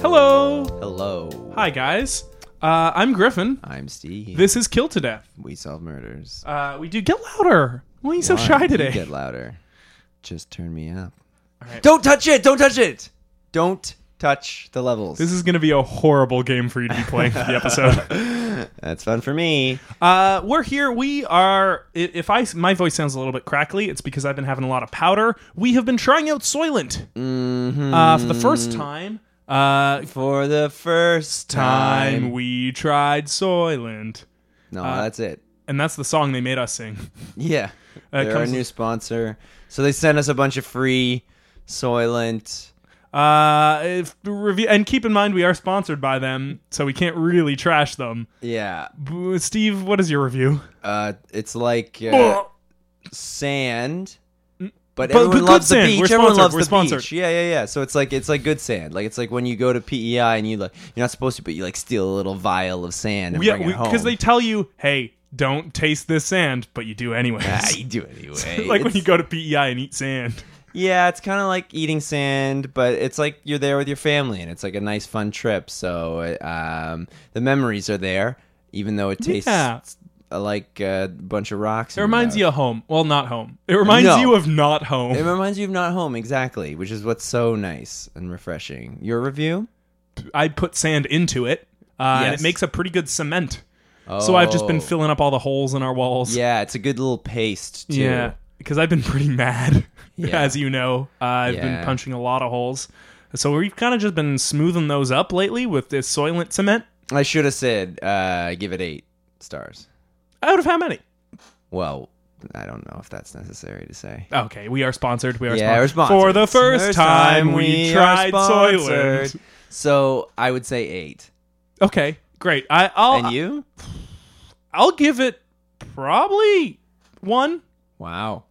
Hello! Hello. Hi, guys. Uh, I'm Griffin. I'm Steve. This is Kill to Death. we solve murders. Uh, we do get louder. Why are you so Why? shy You today? Get louder. Just turn me up. right. Don't touch it. Don't touch it. Don't touch the levels. This is going to be a horrible game for you to be playing for the episode. That's fun for me. Uh, we're here. We are. i- If I my voice sounds a little bit crackly, it's because I've been having a lot of powder. We have been trying out Soylent uh, for the Mm. first time. Uh, Mm-hmm. For the first time Uh, time. we tried Soylent, No, that's it. and that's the song they made us sing. Yeah. it They're our comes- new sponsor. So they sent us a bunch of free Soylent. Uh, if, review, and keep in mind we are sponsored by them, so we can't really trash them. Yeah. B- Uh, Steve, what is your review? Uh, it's like uh, sand. But, Mm, But- but everyone good loves the sand. beach. We're everyone sponsored. loves We're the sponsored. beach. Yeah, yeah, yeah. So it's like it's like good sand. Like it's like when you go to PEI and you like you're not supposed to, but you like steal a little vial of sand and Yeah, bring it home. because they tell you, hey, don't taste this sand, but you do anyways. Ah, you do it anyway. like when It's- you go to PEI and eat sand. yeah, it's kind of like eating sand, but it's like you're there with your family and it's like a nice fun trip. So uh, um, the memories are there, even though it tastes Yeah. uh, like a bunch of rocks. It reminds you of home. Well, not home. It reminds No. you of not home. It reminds you of not home, exactly, which is what's so nice and refreshing. Your review? I put sand into it, uh, and it Yes. makes a pretty good cement. So I've just been Oh. filling up all the holes in our walls. Yeah, it's a good little paste too. Yeah, because I've been pretty mad, Yeah. as you know. Uh, I've been Yeah. punching a lot of holes. So we've kind of just been smoothing those up lately with this Soylent cement. I should have said uh, give it eight stars. Out of how many? Well, I don't know if that's necessary to say. Okay, we are sponsored. We are Yeah, we're sponsored. sponsored. For the first, time, we are tried sponsored. Soylent. So I would say eight. Okay, great. Oh, I, I'll and you? I'll give it probably one, Wow.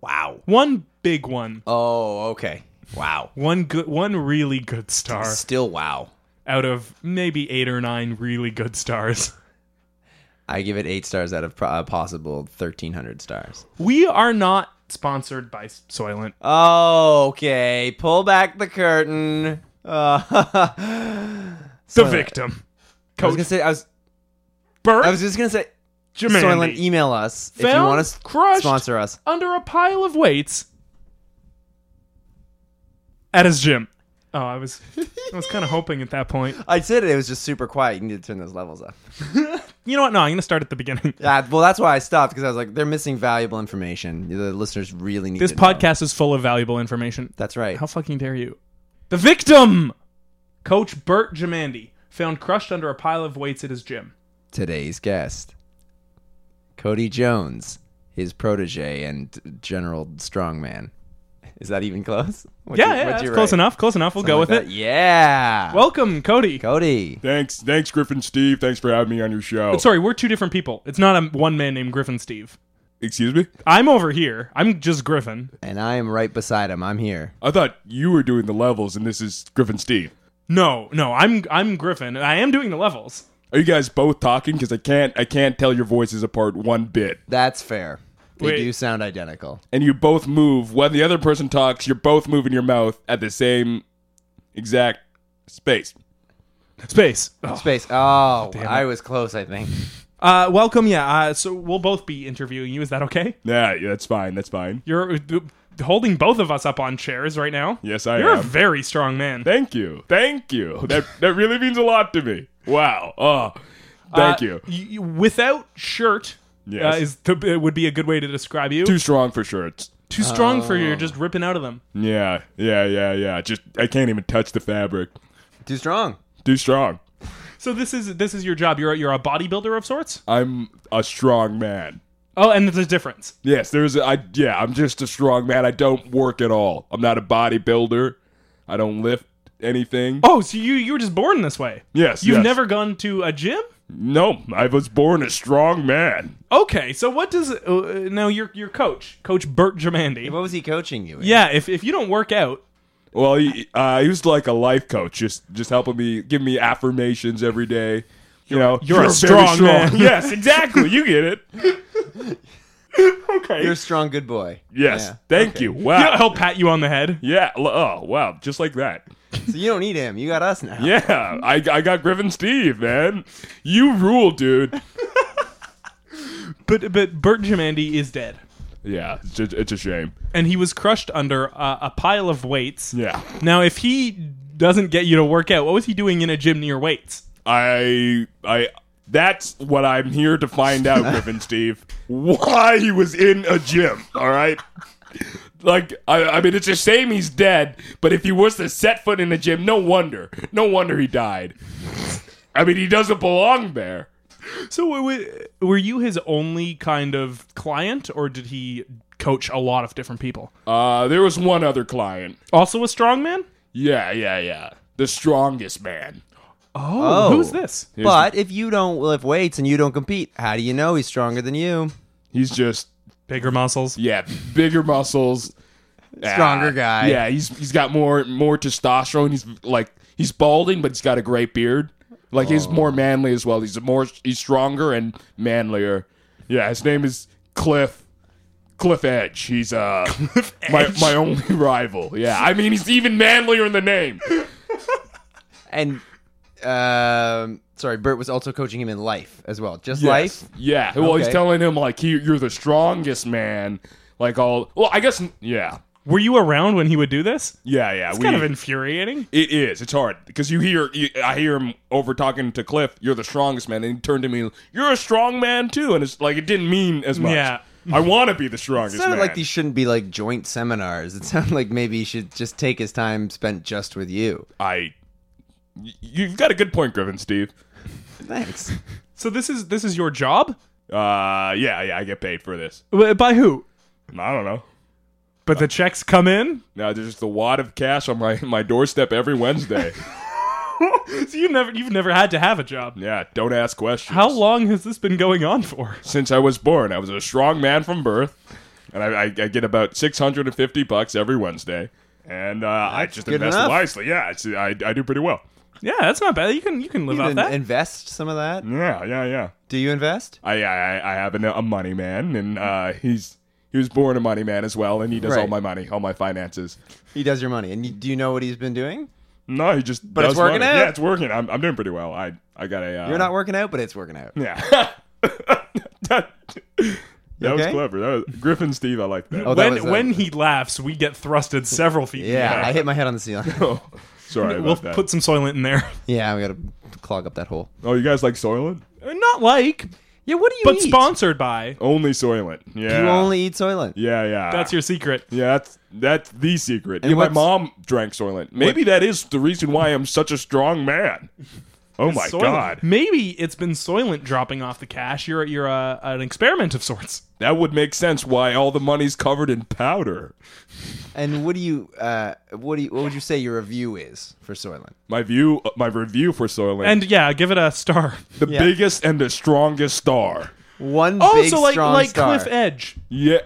Wow. one big one, Oh, okay. Wow. one good, one really good star Still wow. out of maybe eight or nine really good stars. I give it eight stars out of pro- a possible thirteen hundred stars. We are not sponsored by Soylent. Oh, okay. Pull back the curtain. Uh, The Soylent. victim, I was Coach gonna say. I was. Bert I was just gonna say. Jimandi, Soylent, e- email us if you Found, want to s- crushed. sponsor us. under a pile of weights at his gym. Oh, I was I was kind of hoping at that point. I said it, it was just super quiet. You need to turn those levels up. You know what? No, I'm gonna start at the beginning. Yeah, well, that's why I stopped because I was like, they're missing valuable information. The listeners really need This to know. podcast is full of valuable information. That's right. How fucking dare you? The victim, Coach Bert Jamandi, found crushed under a pile of weights at his gym. Today's guest, Cody Jones, his protege and general strongman. Is that even close? What's Yeah, your- yeah, what's that's your close rate? enough. Close enough. We'll go with Something like it. that? Yeah. Welcome, Cody. Cody. Thanks, thanks, Griffin Steve. Thanks for having me on your show. Sorry, we're two different people. It's not a one man named Griffin Steve. Excuse me? I'm over here. I'm just Griffin. And I am right beside him. I'm here. I thought you were doing the levels, and this is Griffin Steve. No, no, I'm I'm Griffin, and I am doing the levels. Are you guys both talking? Because I can't, I can't tell your voices apart one bit. That's fair. They Wait. do sound identical. And you both move when the other person talks. You're both moving your mouth at the same exact space. Space. Oh. Space. Oh, I was close, I think. Uh, welcome. Yeah. Uh, so we'll both be interviewing you. Is that okay? Yeah, yeah, that's fine. That's fine. You're uh, holding both of us up on chairs right now. Yes, I You're a am. very strong man. Thank you. Thank you. That that really means a lot to me. Wow. Oh, thank Uh, you. y- y- Without shirt Yes. uh, is the, uh, would be a good way to describe you. Too Oh. strong for shirts. Too strong for you. You're just ripping out of them. Yeah, yeah, yeah, yeah. Just I can't even touch the fabric. Too strong. Too strong. So this is this is your job. You're a- you're a bodybuilder of sorts. I'm a strong man. Oh, and there's a difference. Yes, there's a, I yeah, I'm just a strong man. I don't work at all. I'm not a bodybuilder. I don't lift anything. Oh, so you you were just born this way? Yes, You've yes. never gone to a gym? No, I was born a strong man. Okay, so what does uh, now your your coach, Coach Bert Germandi? What was he coaching you? in? Yeah, if if you don't work out, Well, he, uh, he was like a life coach, just just helping me, giving me affirmations every day. You know, you're a very strong man." yes, exactly. You get it. okay, You're a strong good boy. Yes, Yeah. thank you. Wow. Yeah, oh. he'll pat you on the head. Yeah. l- Oh, wow. Just like that. So you don't need him. You got us now. Yeah. I, I got Griffin Steve, man. You rule, dude. But but Bert Germandi is dead, Yeah. It's, just, it's a shame. and he was crushed under uh, a pile of weights. Yeah. Now, if he doesn't get you to work out, what was he doing in a gym near weights? I I. That's what I'm here to find out, Griffin Steve. Why he was in a gym? All right. Like I, I mean, it's a shame he's dead. But if he was to set foot in a gym, no wonder, no wonder he died. I mean, he doesn't belong there. So were- were were you his only kind of client, or did he coach a lot of different people? Uh, there was one other client. Also a strongman. Yeah, yeah, yeah. The strongest man. Oh, who's this? But if you don't lift weights and you don't compete, how do you know he's stronger than you? He's just Bigger muscles. yeah, bigger muscles, Ah, Stronger guy. Yeah, he's he's got more more testosterone. He's like he's balding, but he's got a great beard. Like he's Oh. more manly as well. He's more he's stronger and manlier. Yeah, his name is Cliff Cliff Edge. He's uh my my only rival. Yeah, I mean he's even manlier in the name. And um, sorry, Bert was also coaching him in life as well. Just Yes. life. Yeah. Well, he's Okay. telling him like he, you're the strongest man. Like all. Well, I guess. Yeah. Were you around when he would do this? Yeah. Yeah. It's kind of infuriating. it is. It's hard because you hear. You, I hear him over talking to Cliff. You're the strongest man, and he turned to me. You're a strong man too, and it's like it didn't mean as much. Yeah. I want to be the strongest. It sounded man. like these shouldn't be like joint seminars. It sounded like maybe he should just take his time spent just with you. I. y- You've got a good point, Griffin Steve. Thanks. So this is this is your job? Uh, yeah, yeah, I get paid for this. Wh- By who? I don't know. But the checks come in. Now there's just a wad of cash on my my doorstep every Wednesday. so you never you've never had to have a job. yeah, don't ask questions. How long has this been going on for? since I was born. I was a strong man from birth, and I, I, I get about six hundred and fifty bucks every Wednesday, and uh, I just good invest enough. wisely. Yeah, it's, I, I do pretty well. Yeah, that's not bad. You can you can live You off didn't that. invest some of that? Yeah, yeah, yeah. Do you invest? I I, I have an, a money man, and uh, he's he was born a money man as well, and he does all Right. my money, all my finances. He does your money. And you, do you know what he's been doing? No, he just it's does working money. out. Yeah, it's working. I'm, I'm doing pretty well. I I got a. Uh, You're not working out, but it's working out. Yeah. that was okay? clever. That was Griffin Steve. I like that. Oh, that when was, uh, when he laughs, we get thrusted several feet. in the Yeah, air. I hit my head on the ceiling. Sorry we'll about that. put some soylent in there. yeah, we got to clog up that hole. oh, you guys like Soylent? Uh, Not like, Yeah, what do you but eat? Oh, sponsored by. Only Soylent. Yeah. You only eat Soylent. Yeah, yeah. That's your secret. Yeah, that's that's the secret. Yeah, my what's- mom drank Soylent. Maybe that is the reason why I'm such a strong man. Oh my Soylent. god, Maybe it's been Soylent dropping off the cash. You're you're uh, an experiment of sorts. that would make sense. Why all the money's covered in powder? And what do you uh what do you what would you say your review is for Soylent? My view, my review for Soylent, And yeah, give it a star. the yeah. biggest and the strongest star. One Oh, big so like strong like star. Cliff Edge. Yeah,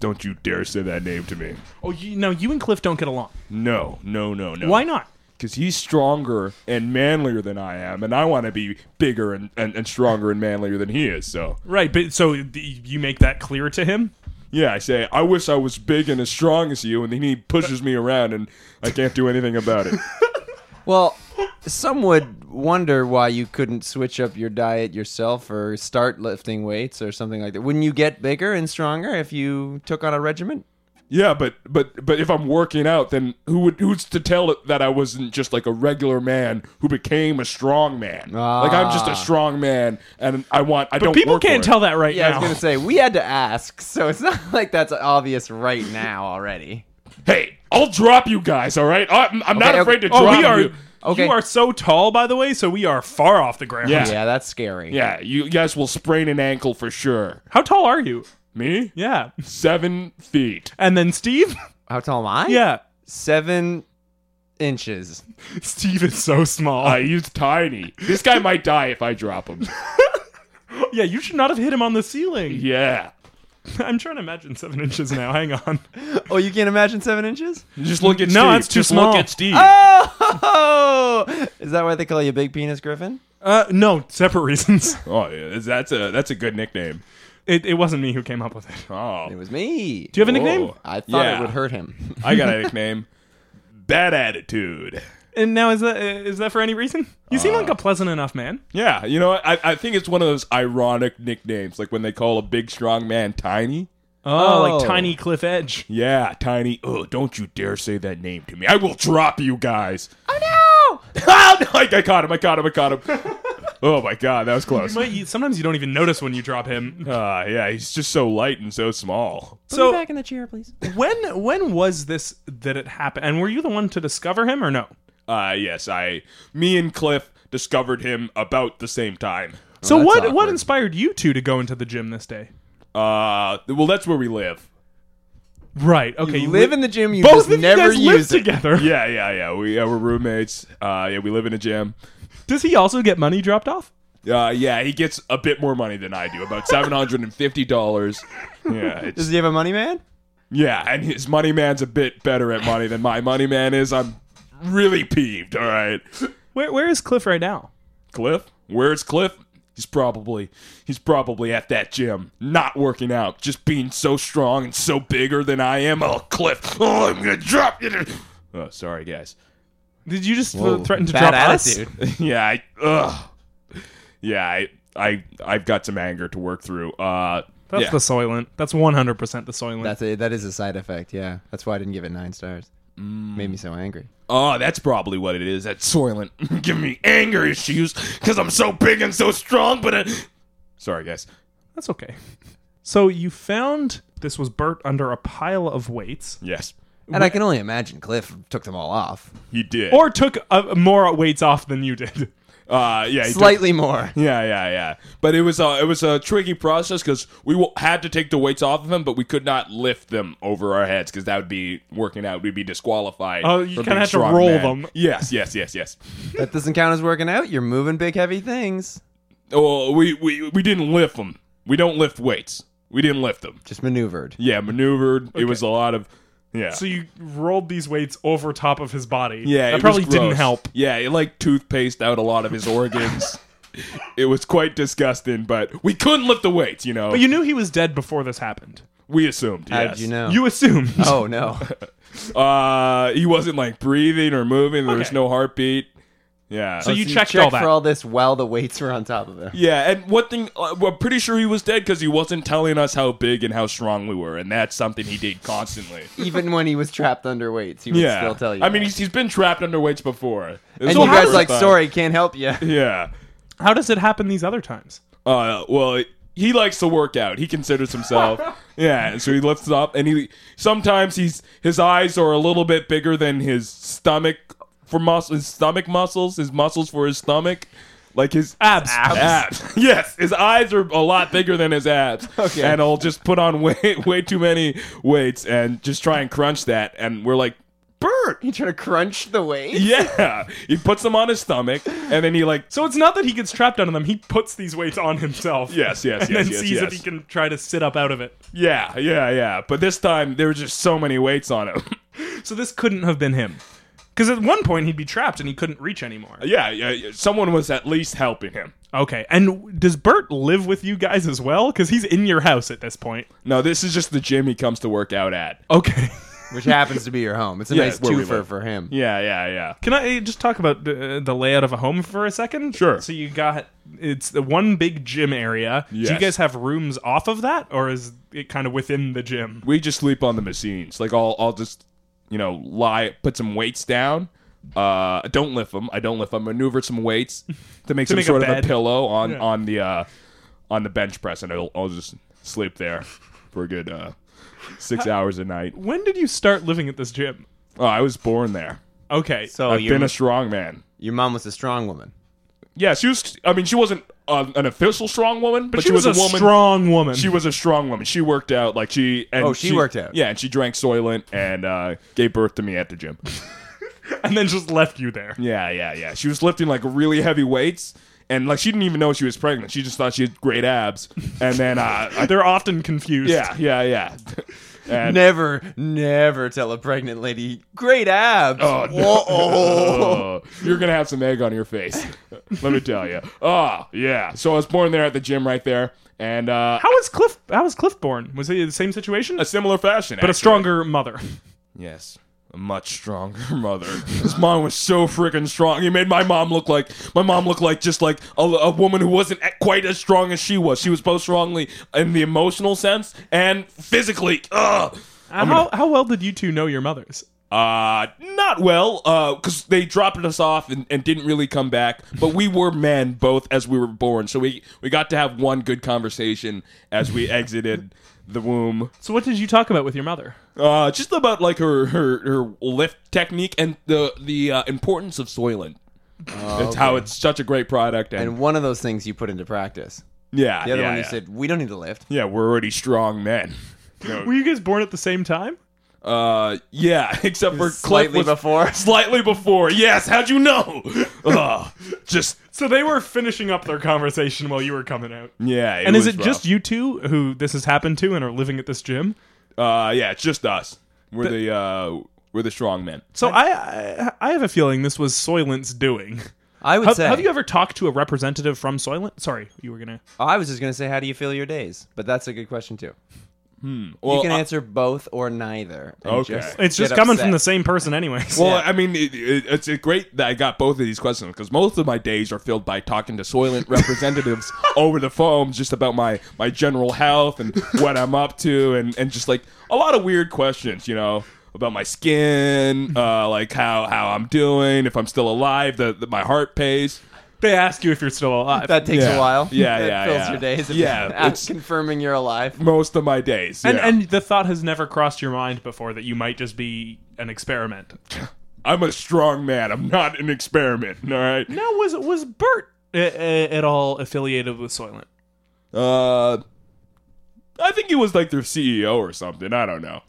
don't you dare say that name to me. Oh, you, no, you and Cliff don't get along. No, no, no, no. Why not? Because he's stronger and manlier than I am, and I want to be bigger and, and, and stronger and manlier than he is. So Right, but so the- you make that clear to him. Yeah, I say, I wish I was big and as strong as you, and then he pushes me around and I can't do anything about it. Well, some would wonder why you couldn't switch up your diet yourself or start lifting weights or something like that. Wouldn't you get bigger and stronger if you took on a regimen? yeah, but but but if I'm working out, then who would who's to tell it that I wasn't just like a regular man who became a strong man? Like I'm just Ah. a strong man, and I want I don't. People work can't for it. tell that right Yeah, I now. was gonna say we had to ask, so it's not like that's obvious right now already. Hey, I'll drop you guys. All right, I'm, I'm not Okay, afraid to okay. oh, drop we are. you. Okay. You are so tall, by the way, so we are far off the ground. Yeah. Yeah, that's scary. Yeah, you guys will sprain an ankle for sure. How tall are you? Me, Yeah. seven feet. And then Steve? How tall am I? Yeah. seven inches. Steve is so small. Uh, he's tiny. This guy might die if I drop him. yeah, you should not have hit him on the ceiling. Yeah. I'm trying to imagine seven inches now. Hang on. Oh, you can't imagine seven inches? Just look at No, Steve. that's too Just small. Ah! look at Steve. Oh, is that why they call you Big Penis Griffin? Uh, no, separate reasons. Oh, yeah, that's a that's a good nickname. It, it wasn't me who came up with it. Oh, It was me. Do you have a nickname? Whoa. I thought Yeah. it would hurt him. I got a nickname. Bad attitude. And now is that is that for any reason? You seem Uh. like a pleasant enough man. Yeah, you know, I, I think it's one of those ironic nicknames, like when they call a big strong man tiny. Oh, Oh. like tiny cliff edge. Yeah, tiny. Oh, don't you dare say that name to me. I will drop you guys. Oh no! Ah, no, I, I caught him. I caught him. I caught him. oh my god, that was close. But you, sometimes you don't even notice when you drop him. Ah, yeah, he's just so light and so small. So in the chair, please. when when was this that it happened? And were you the one to discover him or no? Uh, yes, I, me and Cliff discovered him about the same time. So that's what what awkward. inspired you two to go into the gym this day? Uh, well, that's where we live. Right. Okay. You live in the gym. You both just of never you guys live use it. together. Yeah, yeah, yeah. We uh, we're roommates. Uh, yeah, we live in a gym. Does he also get money dropped off? Uh, yeah, he gets a bit more money than I do, about seven hundred and fifty dollars. Yeah, Does it's, he have a money man? yeah, and his money man's a bit better at money than my money man is. I'm really peeved. All right, Where where is Cliff right now? Cliff, where's Cliff? He's probably he's probably at that gym, not working out, just being so strong and so bigger than I am. Oh, Cliff, oh, I'm gonna drop you. to- Oh, sorry, guys. Did you just Whoa, threaten to bad drop attitude. us? yeah, I, ugh. yeah, I, I, I've got some anger to work through. Uh, That's yeah. the Soylent. That's 100% the Soylent. That's a that is a side effect. Yeah, that's why I didn't give it nine stars. Made me so angry. oh, that's probably what it is. That soylent giving me anger issues because I'm so big and so strong. But I... sorry, guys. That's okay. So you found this was burnt under a pile of weights, Yes, And I can only imagine Cliff took them all off. he did. or took uh, more weights off than you did. uh, yeah, he did. Slightly more. Yeah, yeah, yeah. But it was a it was a tricky process because we w- had to take the weights off of him, but we could not lift them over our heads because that would be working out. We'd be disqualified. Oh, you kinda from being had to strong roll men. them. Yes, yes, yes, yes. That doesn't count as working out. You're moving big, heavy things. Oh, we, we we didn't lift them. We don't lift weights. We didn't lift them. Just maneuvered. Yeah, maneuvered. It was a lot of yeah. So you rolled these weights over top of his body. yeah, it that was probably didn't gross. help. Yeah, it like toothpaste out a lot of his organs. it was quite disgusting, but we couldn't lift the weights. You know, But you knew he was dead before this happened. we assumed. How yes. did you know? You assumed. oh no. Uh, he wasn't like breathing or moving. There was Okay. no heartbeat. Yeah. So you checked all checked that. for all this while the weights were on top of him. yeah, and one thing, uh, we're pretty sure he was dead because he wasn't telling us how big and how strong we were, and that's something he did constantly. Even when he was trapped under weights, he would yeah. still tell you. I mean, that. he's, he's been trapped under weights before. and So you how guys does- like, sorry, can't help you. Yeah. How does it happen these other times? Uh, well, he likes to work out. He considers himself, yeah. So he lifts up, and he sometimes he's his eyes are a little bit bigger than his stomach for muscle, his stomach muscles, his muscles for his stomach, like his Abs. abs. Yes, his eyes are a lot bigger than his abs. Okay. and he'll just put on way way too many weights and just try and crunch that. And we're like, Bert. You trying to crunch the weights? Yeah, he puts them on his stomach, and then he like So it's not that he gets trapped under them. He puts these weights on himself. Yes, yes, and yes, then yes, sees yes. if he can try to sit up out of it. Yeah, yeah, yeah. But this time there were just so many weights on him. So this couldn't have been him. Because at one point he'd be trapped and he couldn't reach anymore. yeah, yeah, yeah, someone was at least helping him. Okay, and does Bert live with you guys as well? Because he's in your house at this point. No, this is just the gym he comes to work out at. Okay. Which happens to be your home. It's a Yeah, nice it's where we twofer live. for him. Yeah, yeah, yeah. Can I uh, just talk about uh, the layout of a home for a second? Sure. So you got it's the one big gym area. Do you Yes. guys have rooms off of that, or is it kind of within the gym? We just sleep on the machines. Like I'll, I'll just, you know, lie, put some weights down. Uh, I don't lift them. I don't lift them. Maneuver some weights to make some make a sort of a bed. pillow on Yeah. on the uh, on the bench press, and I'll, I'll just sleep there for a good uh, six hours a night. When did you start living at this gym? Oh, I was born there. Okay. So I've your, been a strong man. your mom was a strong woman. Yeah, she was. I mean, she wasn't uh, an official strong woman, but, she, was, a, woman. strong woman. she was a strong woman. She worked out like she. And Oh, she worked out. Yeah, and she drank Soylent and uh, gave birth to me at the gym. and then just left you there. Yeah, yeah, yeah. She was lifting like really heavy weights, and like she didn't even know she was pregnant. She just thought she had great abs, and then uh, I, They're often confused. yeah, yeah, yeah. And Never, never tell a pregnant lady great abs. Oh, Whoa. Oh, you're gonna have some egg on your face. Let me tell you. Oh, yeah. So I was born there at the gym right there, and uh, How was Cliff? How was Cliff born? Was he the same situation? a similar fashion, but a stronger mother. Yes. A much stronger mother. His mom was so freaking strong. He made my mom look like my mom looked like just like a, a woman who wasn't a- quite as strong as she was. She was both strongly in the emotional sense and physically. Ugh. How, Uh, how well did you two know your mothers? Uh, not well, because they dropped us off and, and didn't really come back. But we were men both as we were born, so we we got to have one good conversation as we exited the womb. So what did you talk about with your mother? Uh, just about like her her, her lift technique and the the uh, importance of Soylent. That's how it's such a great product. And, And one of those things you put into practice. yeah, The other yeah, one you yeah. said, we don't need to lift. yeah, we're already strong men. Were you guys born at the same time? Uh, yeah, except for Cliff Slightly was- before. Slightly before, yes. How'd you know? Ugh, just So they were finishing up their conversation while you were coming out. yeah. And is was it just rough. you two who this has happened to and are living at this gym? Uh, yeah, it's just us. We're the uh, we're the strong men. So I, I I have a feeling this was Soylent's doing. I would Have, say. have you ever talked to a representative from Soylent? Sorry, you were gonna. I was just going to say, how do you feel your days? But that's a good question, too. Well, you can I- answer both or neither. and Okay. It's get just coming from the upset. same person, anyways. Well, I mean, it, it, it's uh, great that I got both of these questions because most of my days are filled by talking to Soylent representatives over the phone, just about my my general health and what I'm up to, and and just like a lot of weird questions, you know. About my skin, uh, like how, how I'm doing, if I'm still alive, the, the my heart pace. they ask you if you're still alive. That takes Yeah. a while. Yeah, That yeah, fills yeah. your days. Yeah, it's- confirming you're alive. Most of my days, and yeah. and the thought has never crossed your mind before that you might just be an experiment. I'm a strong man. I'm not an experiment. All right. Now was was Bert a- a- at all affiliated with Soylent? Uh, I think he was like their CEO or something. I don't know.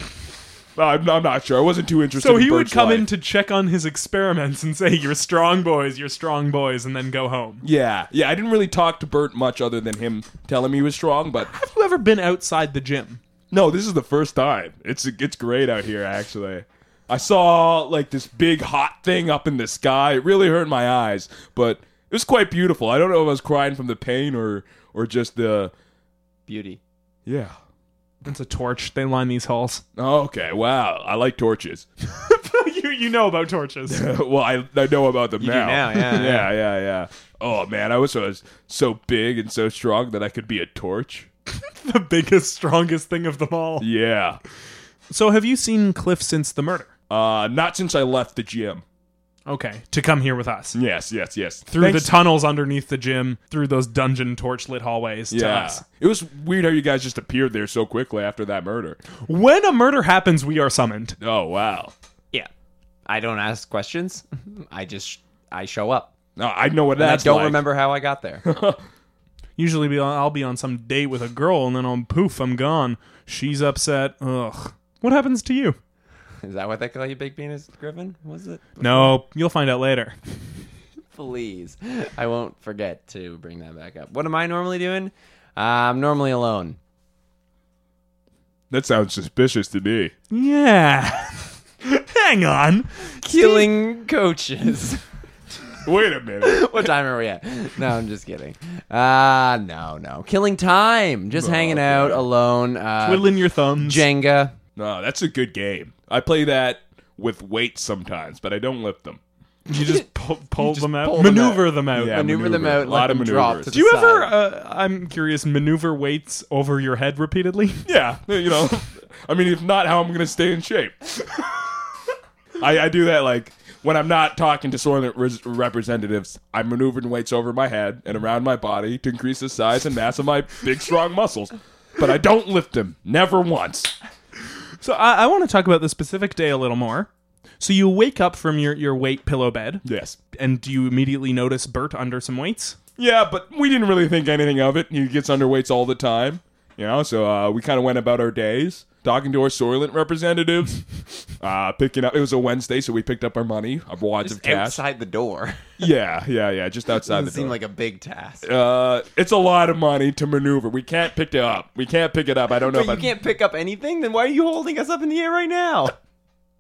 I'm, I'm not sure. I wasn't too interested. So in he would Bert's come life. in to check on his experiments and say, "You're strong, boys. You're strong, boys," and then go home. Yeah, yeah. I didn't really talk to Bert much other than him telling me he was strong. But Have you ever been outside the gym? no, this is the first time. It's it's great out here. Actually, I saw like this big hot thing up in the sky. It really hurt my eyes, but it was quite beautiful. I don't know if I was crying from the pain or or just the Beauty. yeah. Oh, It's a torch. They line these halls. Okay, wow. I like torches. you you know about torches. well, I, I know about them now. now, yeah, yeah, yeah, yeah. Oh man, I wish I was so big and so strong that I could be a torch. the biggest, strongest thing of them all. Yeah. So have you seen Cliff since the murder? Uh, not since I left the gym. Okay, to come here with us. Yes, yes, yes. Through Thanks- the tunnels underneath the gym, through those dungeon torch lit hallways to yeah. us. It was weird how you guys just appeared there so quickly after that murder. When a murder happens, we are summoned. Oh wow. Yeah. I don't ask questions. I just I show up. No, I know what And I that's. don't like. remember how I got there. Usually be on, I'll be on some date with a girl and then I'm poof, I'm gone. She's upset. Ugh. What happens to you? Is that what they call you, Big Penis Griffin? Was it? No, you'll find out later. Please, I won't forget to bring that back up. What am I normally doing? Uh, I'm normally alone. That sounds suspicious to me. Yeah. Hang on. Killing coaches. Wait a minute. what time are we at? No, I'm just kidding. Uh no, no. Killing time. Just hanging out alone. Uh, Twiddling your thumbs. Jenga. no, that's a good game. I play that with weights sometimes, but I don't lift them. You just pull, pull them out. pull them maneuver them out. Yeah, maneuver them maneuver. out. A let lot of them drop maneuvers. to Do you the ever, side. uh, I'm curious, maneuver weights over your head repeatedly? Yeah, you know, I mean, if not, how am I going to stay in shape? I, I do that like when I'm not talking to soil res- representatives. I'm maneuvering weights over my head and around my body to increase the size and mass of my big, strong muscles. But I don't lift them, never once. So I, I want to talk about the specific day a little more. So you wake up from your, your weight pillow bed, Yes. and do you immediately notice Bert under some weights? Yeah, but we didn't really think anything of it. He gets underweights all the time, you know. So uh, we kind of went about our days. talking to our Soylent representatives, uh, picking up. It was a Wednesday, so we picked up our money, our wads of cash. outside the door. Yeah, yeah, yeah, just outside Doesn't the seem door. like a big task. uh, it's a lot of money to maneuver. We can't pick it up. We can't pick it up. I don't know. But if you I'm- can't pick up anything. Then why are you holding us up in the air right now?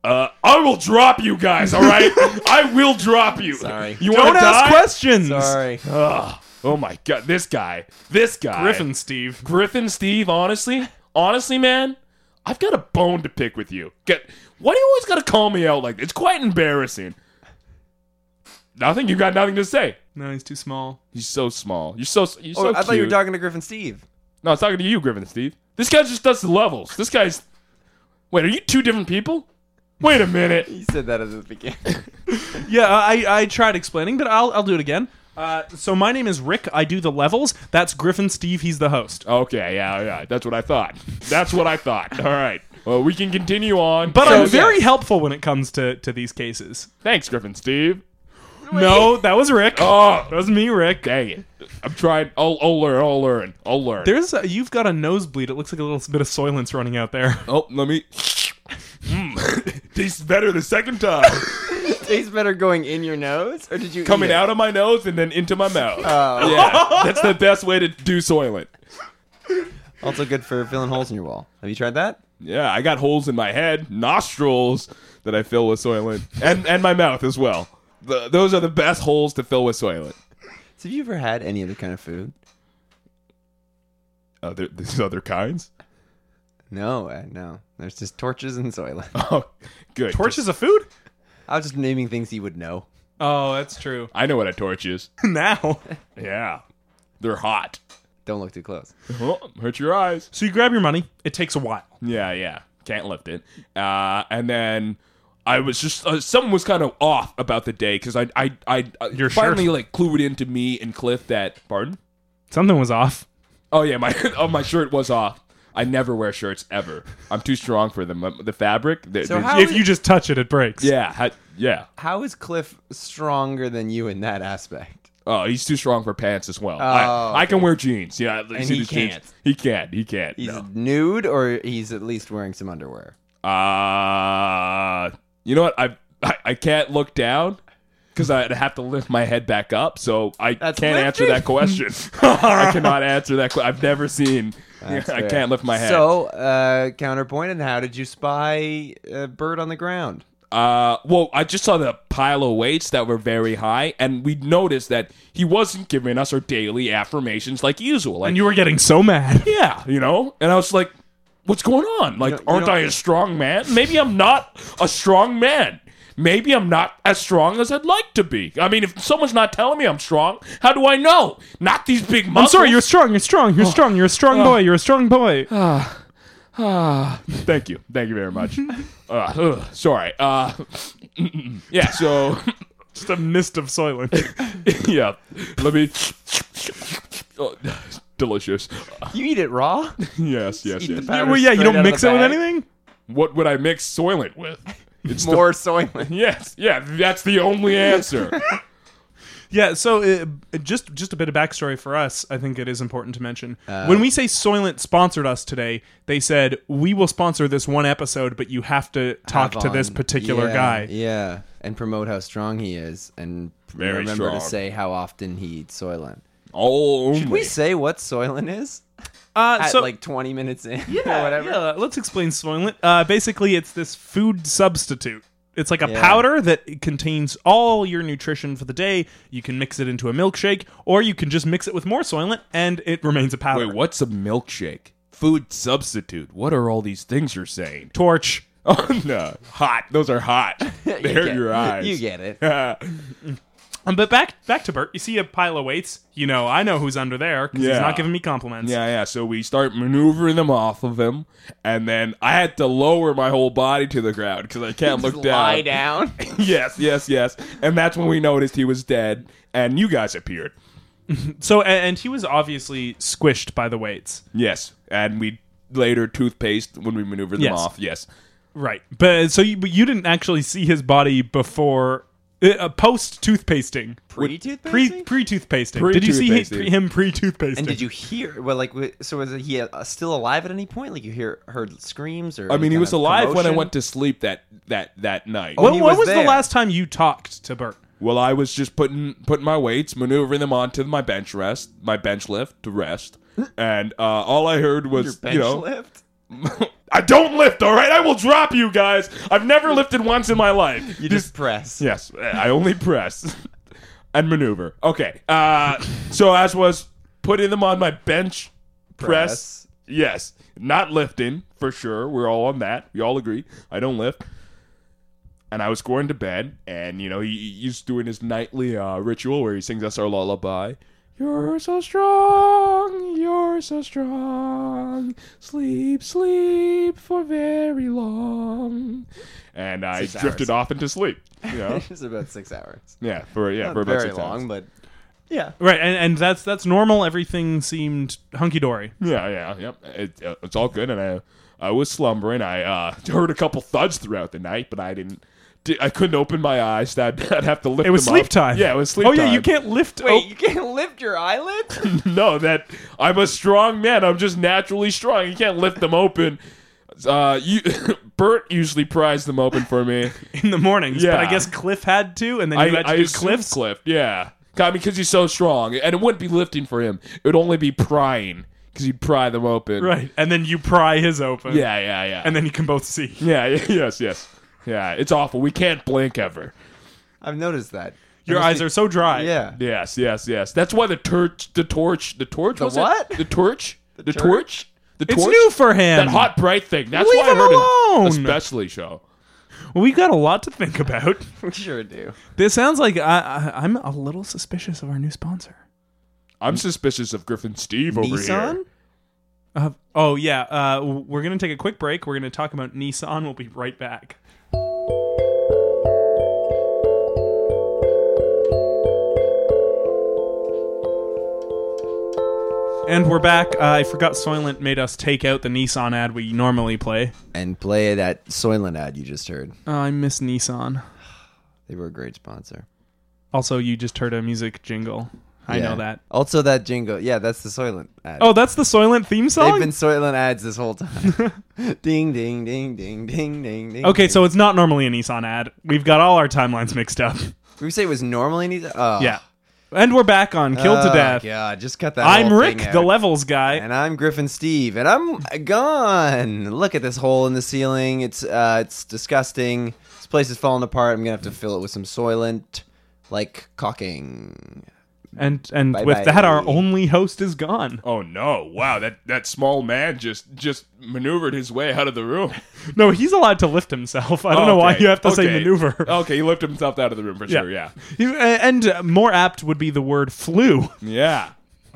Uh, I will drop you guys. All right, I will drop you. Sorry. You Don't want to ask die? questions. Sorry. Ugh. oh my god, this guy, this guy, Griffin Steve. Griffin, Steve. Honestly, honestly, man, I've got a bone to pick with you. Get why do you always got to call me out like this? It's quite embarrassing. Nothing. You got nothing to say. No, he's too small. You're so small. You're so. You're so Oh, I cute. thought you were talking to Griffin Steve. No, I was talking to you, Griffin Steve. This guy just does the levels. This guy's. Wait, are you two different people? Wait a minute. You said that at the beginning. Yeah, I, I tried explaining, but I'll, I'll do it again. Uh, so my name is Rick. I do the levels. That's Griffin Steve. He's the host. Okay, yeah, yeah. That's what I thought. That's what I thought. All right. Well, we can continue on. But So, I'm very yeah. helpful when it comes to, to these cases. Thanks, Griffin Steve. No, that was Rick. Oh, That was me, Rick. dang it. I'm trying. I'll, I'll learn. I'll learn. I'll learn. There's a, you've got a nosebleed. It looks like a little bit of soylence running out there. oh, let me. Mm. Tastes better the second time. Tastes better going in your nose, or did you Coming eat it? out of my nose and then into my mouth. Oh. Yeah, that's the best way to do Soylent. Also good for filling holes in your wall. Have you tried that? Yeah, I got holes in my head, nostrils that I fill with Soylent, and and my mouth as well. Th those are the best holes to fill with Soylent. So have you ever had any other kind of food? Other there's other kinds. No, uh, no. There's just torches and soylent. Oh, good. Torch Just- is a food? I was just naming things he would know. Oh, that's true. I know what a torch is. now. Yeah, they're hot. Don't look too close. Oh, hurt your eyes. So you grab your money. It takes a while. Yeah, yeah. Can't lift it. Uh, and then I was just uh, something was kind of off about the day because I I I, I Your shirt. finally like clued into me and Cliff that pardon. Something was off. Oh yeah, my oh my shirt was off. I never wear shirts ever. I'm too strong for them. The fabric. The, So the- how- if you just touch it, it breaks. yeah, ha- yeah. How is Cliff stronger than you in that aspect? Oh, he's too strong for pants as well. I, I can wear jeans. Yeah, you Oh. And see he the jeans? can't. He can't. He can't. He's no. nude, or he's at least wearing some underwear. Uh, you know what? I I, I can't look down because I'd have to lift my head back up. So I That's can't answer that question. I cannot answer that. que- I've never seen. That's I fair. can't lift my head. So, uh, counterpoint, and how did you spy a bird on the ground? Uh, well, I just saw the pile of weights that were very high, and we noticed that he wasn't giving us our daily affirmations like usual. Like, And you were getting so mad. yeah, you know. And I was like, "What's going on? Like, know- you aren't know- I a strong man? Maybe I'm not a strong man. Maybe I'm not as strong as I'd like to be. I mean, if someone's not telling me I'm strong, how do I know? Not these big I'm muscles. sorry, you're strong, you're strong, you're strong, you're a strong boy, you're a strong boy. Thank you. Thank you very much. uh, ugh, sorry. Uh, yeah. So. Just a mist of soylent. yeah. Let me. Oh, delicious. You eat it raw? Yes, yes, Eat the yes. powder well, yeah, you straight out don't of the mix it with bag? anything? What would I mix Soylent with? It's More soylent. The, yes, yeah. That's the only answer. Yeah, so uh, just just a bit of backstory for us, I think it is important to mention. Uh. when we say Soylent sponsored us today, they said we will sponsor this one episode, but you have to talk to on. this particular Yeah, guy. Yeah, and promote how strong he is, and Very remember to strong. say how often he eats soylent. Only. Did we say what soylent is Uh, at so like 20 minutes in yeah, or whatever? yeah, let's explain Soylent. Uh, basically, it's this food substitute. It's like a Yeah. powder that contains all your nutrition for the day. You can mix it into a milkshake, or you can just mix it with more Soylent, and it remains a powder. Wait, what's a milkshake? Food substitute. What are all these things you're saying? Torch. Oh no, hot. Those are hot. They You hurt get- your eyes. You get it. Um, but back back to Bert. You see a pile of weights. You know, I know who's under there because Yeah. he's not giving me compliments. Yeah, yeah. So we start maneuvering them off of him, and then I had to lower my whole body to the ground because I can't Just look lie down. yes, yes, yes. And that's when we noticed he was dead, and you guys appeared. So a- and he was obviously squished by the weights. Yes, and we later toothpaste when we maneuvered them Yes. off. Yes, Right. But so you but you didn't actually see his body before uh, post toothpasting, Pre toothpaste. pre pre toothpasting. Did you see his, Pre-toothpasting. him pre toothpasting? and did you hear? Well, like, wi- so was he uh, still alive at any point? Like, you hear heard screams or? I any mean, he kind was of alive when I commotion? went to sleep that that that night. When, he when was was the there. last time you talked to Bert? Well, I was just putting putting my weights, maneuvering them onto my bench rest, my bench lift to rest, and uh, all I heard was Your bench you know. lift. I don't lift, all right? I will drop you guys. I've never lifted once in my life. You just press. Yes, I only press and maneuver. Okay. Uh, so as was putting them on my bench Press. press. Yes, not lifting for sure. We're all on that. We all agree. I don't lift. And I was going to bed, and you know he, he's doing his nightly uh, ritual where he sings us our lullaby. You're so strong, you're so strong. Sleep, sleep for very long. And I Six drifted hours. off into sleep. You know? it's about six hours. Yeah, for yeah, Not for about very six long, hours. but yeah. Right, and, and that's that's normal. Everything seemed hunky dory. Yeah, yeah, yep. It, uh, it's all good, and I I was slumbering. I uh, heard a couple thuds throughout the night, but I didn't. di- I couldn't open my eyes. I'd, I'd have to lift. It was them sleep up. time. Yeah, it was sleep. Oh yeah, time. you can't lift. Wait, oh, you can't lift your eyelids? no, that I'm a strong man. I'm just naturally strong. You can't lift them open. Uh, you Bert usually pries them open for me. in the mornings. Yeah. But I guess Cliff had to, and then you I, had to I do assume Cliff's. Cliff, yeah. I mean, because he's so strong, and it wouldn't be lifting for him. It would only be prying because he'd pry them open. Right, and then you pry his open. Yeah, yeah, yeah. and then you can both see. Yeah, y- yes, yes. Yeah, it's awful. We can't blink ever. I've noticed that. Your eyes are so dry. Yeah. Yes, yes, yes. That's why the torch, the torch, the torch. The was it? what? The torch. The, torch? torch. The It's torch. new for him. That hot bright thing. That's Leave why I him heard alone. it. Especially show. Well, we've got a lot to think about. We sure do. this sounds like I, I, I'm a little suspicious of our new sponsor. I'm suspicious of Griffin Steve over Nissan? here. Uh, oh yeah, uh, we're gonna take a quick break. We're gonna talk about Nissan. We'll be right back. And we're back. Uh, I forgot Soylent made us take out the Nissan ad we normally play. And play that Soylent ad you just heard. Uh, I miss Nissan. They were a great sponsor. Also, you just heard a music jingle. I Yeah. know that. Also, that jingle. Yeah, that's the Soylent ad. Oh, that's the Soylent theme They've song. been Soylent ads this whole time. ding, ding, ding, ding, ding, ding, ding. Okay, so it's not normally a Nissan ad. We've got all our timelines mixed up. We say it was normally needed. Oh. Yeah. And we're back on Killed to Oh, Death. God, just cut that. I'm whole Rick, thing the out. levels guy. And I'm Griffin Steve, and I'm gone. Look at this hole in the ceiling. It's uh, it's disgusting. This place is falling apart. I'm gonna have to fill it with some soylent, like caulking. and and Bye-bye. with that, our only host is gone. Oh no! Wow, that that small man just just maneuvered his way out of the room. No, he's allowed to lift himself. I don't know why Okay, you have to say okay. maneuver. Okay, he lifted himself out of the room for sure. Yeah. You- And uh, more apt would be the word flew. Yeah.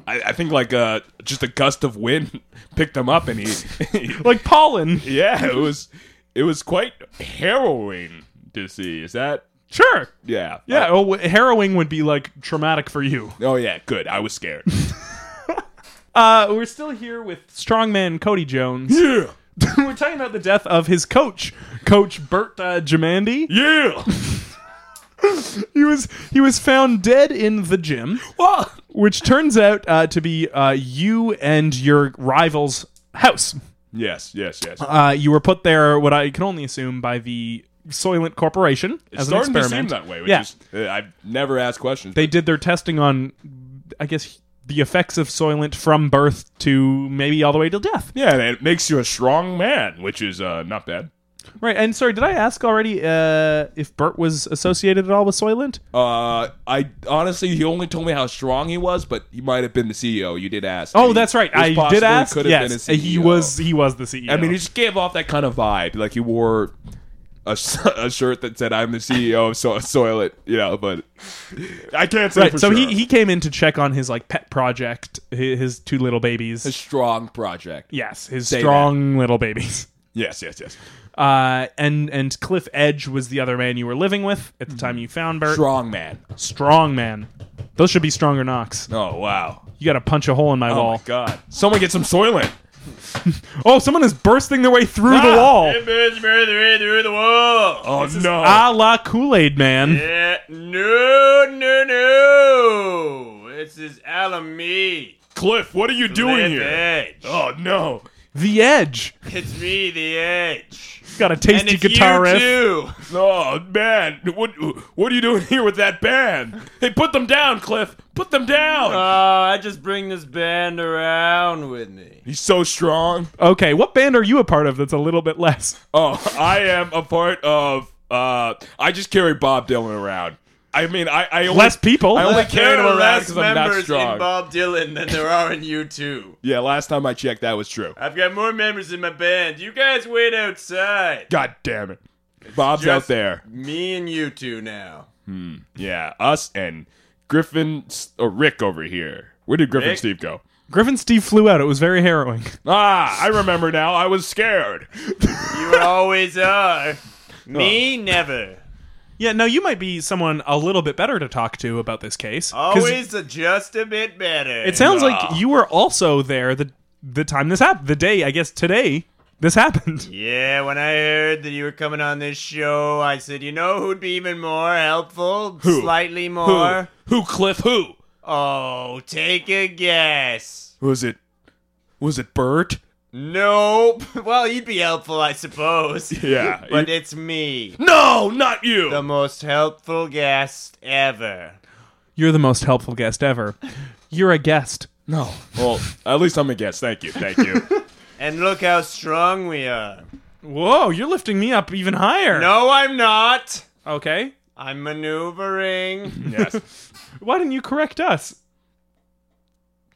I, I think like uh just a gust of wind picked him up and he Like pollen. Yeah, it was it was quite harrowing to see. Is that Sure. yeah. Yeah, Uh, oh, w- harrowing would be like traumatic for you. oh yeah, good. I was scared. Uh, we're still here with strongman Cody Jones. yeah. we're talking about the death of his coach, Coach Bert uh, Jamandi. Yeah. He was he was found dead in the gym. What? which turns out uh, to be uh, you and your rival's house. Yes, yes, yes. Uh, you were put there, what I can only assume, by the Soylent Corporation It's as an starting to experiment. seem that way, which yeah, is uh, I've never asked questions. they did their testing on, I guess, the effects of Soylent from birth to maybe all the way till death. yeah, and it makes you a strong man, which is uh not bad. Right. And sorry, did I ask already uh, if Bert was associated at all with Soylent? Uh I honestly he only told me how strong he was, but he might have been the CEO. You did ask. Oh, He that's right. was I did possibly ask. could have Yes, been a he CEO. was. He was the E CEO. I mean, he just gave off that kind of vibe. Like he wore a, s- a shirt that said "I'm the CEO of so- Soylent," you know. But I can't say right. for So sure. he, he came in to check on his like pet project, his, his two little babies. a strong project. Yes, his Say strong little babies. Yes, yes, yes. Uh, and and Cliff Edge was the other man you were living with at the time you found Bert. Strong man. Strong man. Those should be stronger knocks. Oh wow. You got to punch a hole in my Oh wall. my god. Someone get some Soylent. Oh, someone is bursting their way through the wall. through the wall. Oh no! A la Kool Aid Man. Eh, Yeah, no, no, no! This is Alamy. Cliff, what are you doing here? eh? Oh no! The Edge. It's me, the Edge. Got a tasty guitar riff. too. Oh man, what what are you doing here with that band? Hey, put them down, Cliff. Put them down. Oh, I just bring this band around with me. He's so strong. Okay, what band are you a part of that's a little bit less? Oh, I am a part of. Uh, I just carry Bob Dylan around. I mean, I I only, Less people. I only There carried him are around less because I'm that members strong. in Bob Dylan than there are in you two. yeah, last time I checked, that was true. I've got more members in my band. You guys wait outside. God damn it, Bob's just- out there. Me and you two now. Yeah, us and Griffin S- or Rick over here. Where did Griffin Rick? Steve go? Griffin Steve flew out. It was very harrowing. Ah, I remember now. I was scared. You always are. Me never. Yeah, now you might be someone a little bit better to talk to about this case. 'cause Always a just a bit better. It sounds like you were also there the the time this happened. The day, I guess, today this happened. Yeah, when I heard that you were coming on this show, I said, you know who'd be even more helpful? Slightly more? Who? Cliff? Who? Oh, take a guess. Was it? Was it Bert? Nope. Well, he'd be helpful, I suppose. Yeah. But it's me, no, not you. the most helpful guest ever. You're the most helpful guest ever. You're a guest. no. Well, at least I'm a guest. Thank you. Thank you. And look how strong we are. Whoa, you're lifting me up even higher. No, I'm not. Okay. I'm maneuvering. yes. Why didn't you correct us?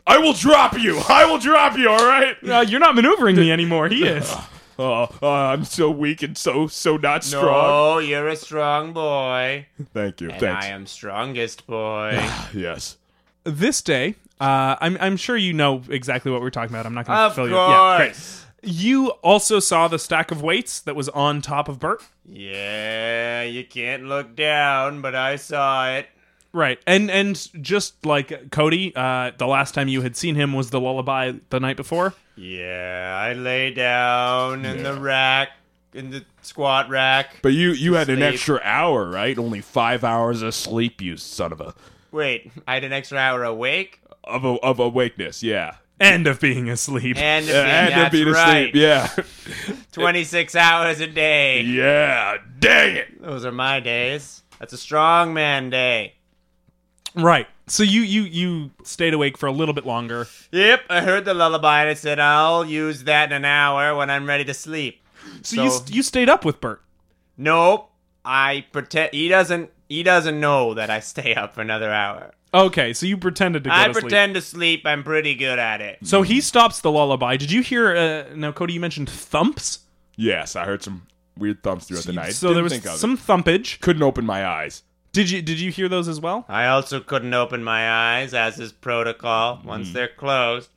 I will drop you. I will drop you. All right. Uh, you're not maneuvering me anymore. He is. Oh, oh, I'm so weak and so so not strong. No, you're a strong boy. Thank you. And Thanks. I am strongest boy. yes. This day, uh, I'm I'm sure you know exactly what we're talking about. I'm not going to of fill course. you. Yeah, great. You also saw the stack of weights that was on top of Bert. Yeah, you can't look down, but I saw it. Right, and and just like Cody, uh, the last time you had seen him was the lullaby the night before. Yeah, I lay down in the rack, in the squat rack. But you you had an Sleep. extra hour, right? Only five hours of sleep. You son of a Wait, I had an extra hour awake of a, of awakeness. Yeah. And of being asleep. and, Yeah, and that's being right, asleep. Yeah. 26 hours a day. yeah. Dang it. Those are my days. That's a strong man day. right. So you you you stayed awake for a little bit longer. Yep, I heard the lullaby and I said I'll use that in an hour when I'm ready to sleep. So, you So- you stayed up with Bert. Nope, I pretend he doesn't. He doesn't know that I stay up for another hour. Okay, so you pretended to go I to sleep. pretend to sleep. I'm pretty good at it. So he stops the lullaby. Did you hear? Uh, now, Cody, you mentioned thumps. Yes, I heard some weird thumps throughout the night. so Didn't there think of was it. some thumpage. Couldn't open my eyes. Did you did you hear those as well? I also couldn't open my eyes, as is protocol, Mm-hmm. once they're closed.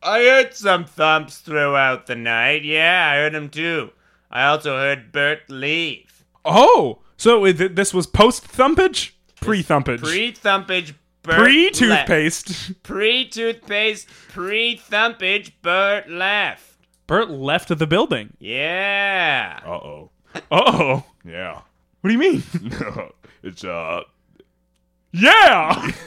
I heard some thumps throughout the night. Yeah, I heard them too. I also heard Bert leave. Oh, so i- th- this was post thumpage, pre thumpage, Pre thumpage Bert. pre toothpaste. Pre toothpaste, pre thumpage Bert left. Bert left the building. Yeah. Uh oh. Oh, Yeah. what do you mean? it's uh. Yeah.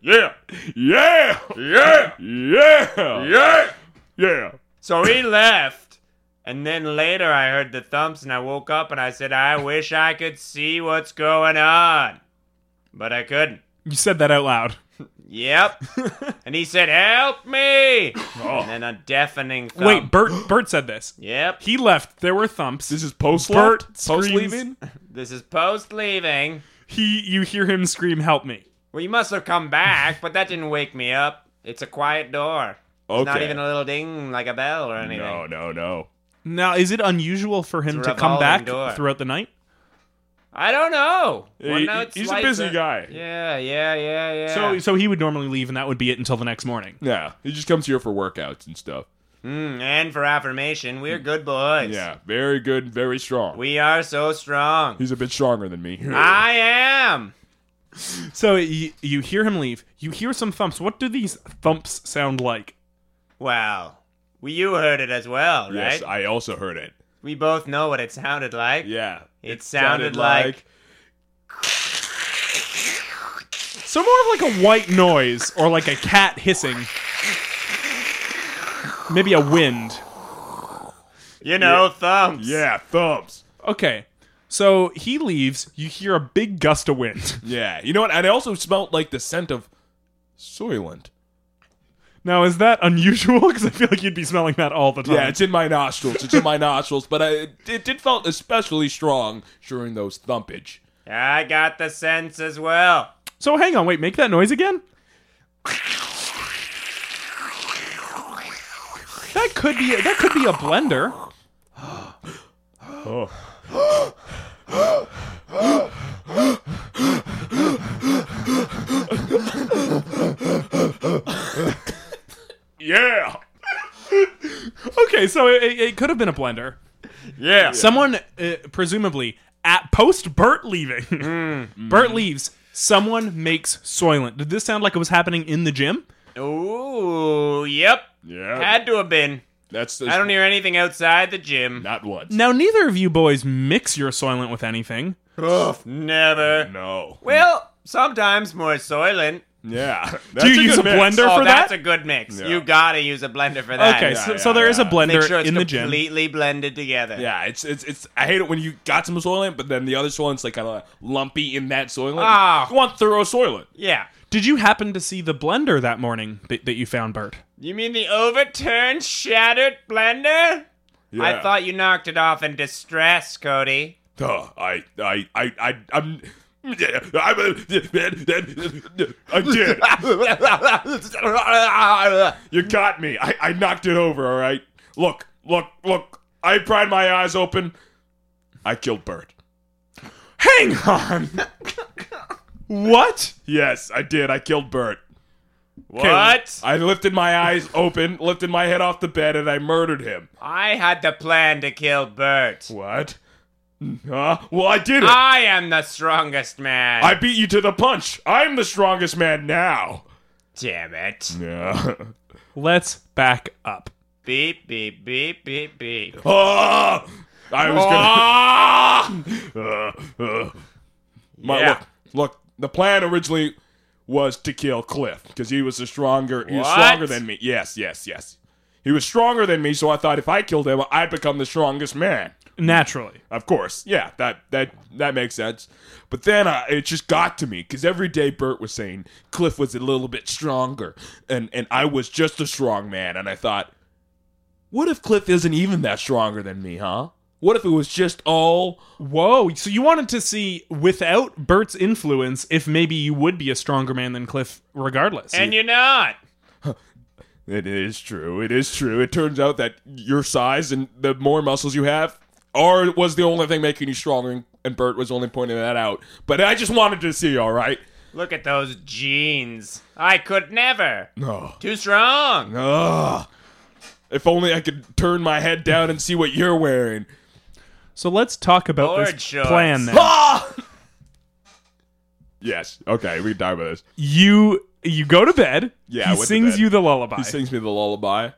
Yeah. Yeah. Yeah. Yeah. Yeah. Yeah. So he left. And then later I heard the thumps and I woke up and I said, I wish I could see what's going on. But I couldn't. you said that out loud. Yep. and he said, Help me! And then a deafening thump. Wait, Bert. Bert said this. Yep. He left. There were thumps. This is post Bert left? Post screams- leaving. This is post leaving. He. You hear him scream, "Help me!" Well, you must have come back, but that didn't wake me up. It's a quiet door. Okay. Not even a little ding like a bell or anything. no, no, no. Now, is it unusual for him It's a to come back revolving door. throughout the night? I don't know. Well, He- now it's he's a lights busy are- guy. Yeah, yeah, yeah, yeah. So, so he would normally leave, and that would be it until the next morning. Yeah. He just comes here for workouts and stuff. Mm, and for affirmation, we're good boys. Yeah. Very good. Very strong. We Ah, are so strong. He's a bit stronger than me. I am. So you, you hear him leave. You hear some thumps. What do these thumps sound like? Well, Well, you heard it as well, right? Yes, I also heard it. we both know what it sounded like. Yeah. It sounded like- So more of like a white noise or like a cat hissing. Maybe a wind. You know, thumps. Yeah, thumbs. Okay. So he leaves, you hear a big gust of wind. Yeah. You know what? And I also smelled like the scent of Soylent. Now, is that unusual? Because I feel like you'd be smelling that all the time. Yeah, it's in my nostrils. It's in my nostrils, but I, it did felt especially strong during those thumpage. I got the sense as well. so hang on, wait, make that noise again? That could be that could be a blender. Oh. yeah. Okay, so it, it- it could have been a blender. Yeah. Someone, uh, presumably, at post Bert leaving, Hmm. Bert leaves. Someone makes Soylent. Did this sound like it was happening in the gym? Ooh, yep. Yeah. Had to have been. That's I don't hear anything outside the gym. not once. Now, neither of you boys mix your Soylent with anything. Oof, Mm. never. No. Well, sometimes more Soylent. Yeah. Do you use a blender Oh, for that's that? a good mix. Yeah. You gotta use a blender for that. Okay, Yeah, so, yeah, so there is yeah. a blender Make sure it's in the gym. completely blended together. Yeah, it's it's it's. I hate it when you got some soylent, but then the other soylent's like kind of lumpy in that soylent. Ah. You want thorough soylent. Yeah. Did you happen to see the blender that morning that, that you found, Bert? You mean the overturned, shattered blender? I Yeah. thought you knocked it off in distress, Cody. Duh, I I I I I'm. I'm, I did. You got me. I, I knocked it over, all right? Look, look, look. I pried my eyes open. I killed Bert. Hang on. what? Yes, I did. I killed Bert. What? I lifted my eyes open, lifted my head off the bed, and I murdered him. I had the plan to kill Bert. What? Huh? Well, I did it. I am the strongest man. I beat you to the punch. I'm the strongest man now. Damn it. Yeah. Let's back up. Beep, beep, beep, beep, beep. Ah! I was gonna. Ah! Uh, uh. My, Yeah. look, look, the plan originally was to kill Cliff because he was the stronger. He was What? stronger than me. Yes, yes, yes. He was stronger than me, so I thought if I killed him, I'd become the strongest man. Naturally. Of course, yeah, that that that makes sense. But then uh, it just got to me because every day Bert was saying Cliff was a little bit stronger, and and I was just a strong man, and I thought, what if Cliff isn't even that stronger than me, huh? What if it was just all Whoa. So you wanted to see, without Bert's influence, if maybe you would be a stronger man than Cliff regardless. And you're not. It is true. It is true. It turns out that your size and the more muscles you have are was the only thing making you stronger, and- and Bert was only pointing that out. But I just wanted to see, all right? Look at those jeans. I could never. No. Too strong. Ugh. If only I could turn my head down and see what you're wearing. so let's talk about Lord this shorts. plan then. Ah! Yes. Okay, we can talk about this. you you go to bed. Yeah, he I went to sings bed. you the lullaby. He sings me the lullaby.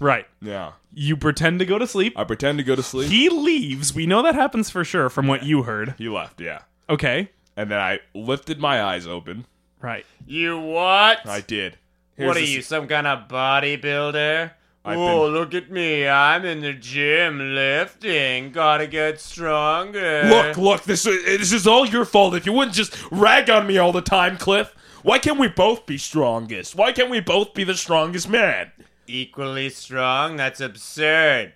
right. Yeah. You pretend to go to sleep. I pretend to go to sleep. he leaves. We know that happens for sure from what you heard. He left, yeah. Okay. And then I lifted my eyes open. Right. You what? I did. Here's what are the- you, some kind of bodybuilder? I've oh, been- look at me. I'm in the gym lifting. Gotta get stronger. Look, look, this is, this is all your fault. If you wouldn't just rag on me all the time, Cliff, why can't we both be strongest? Why can't we both be the strongest man? Equally strong? That's absurd.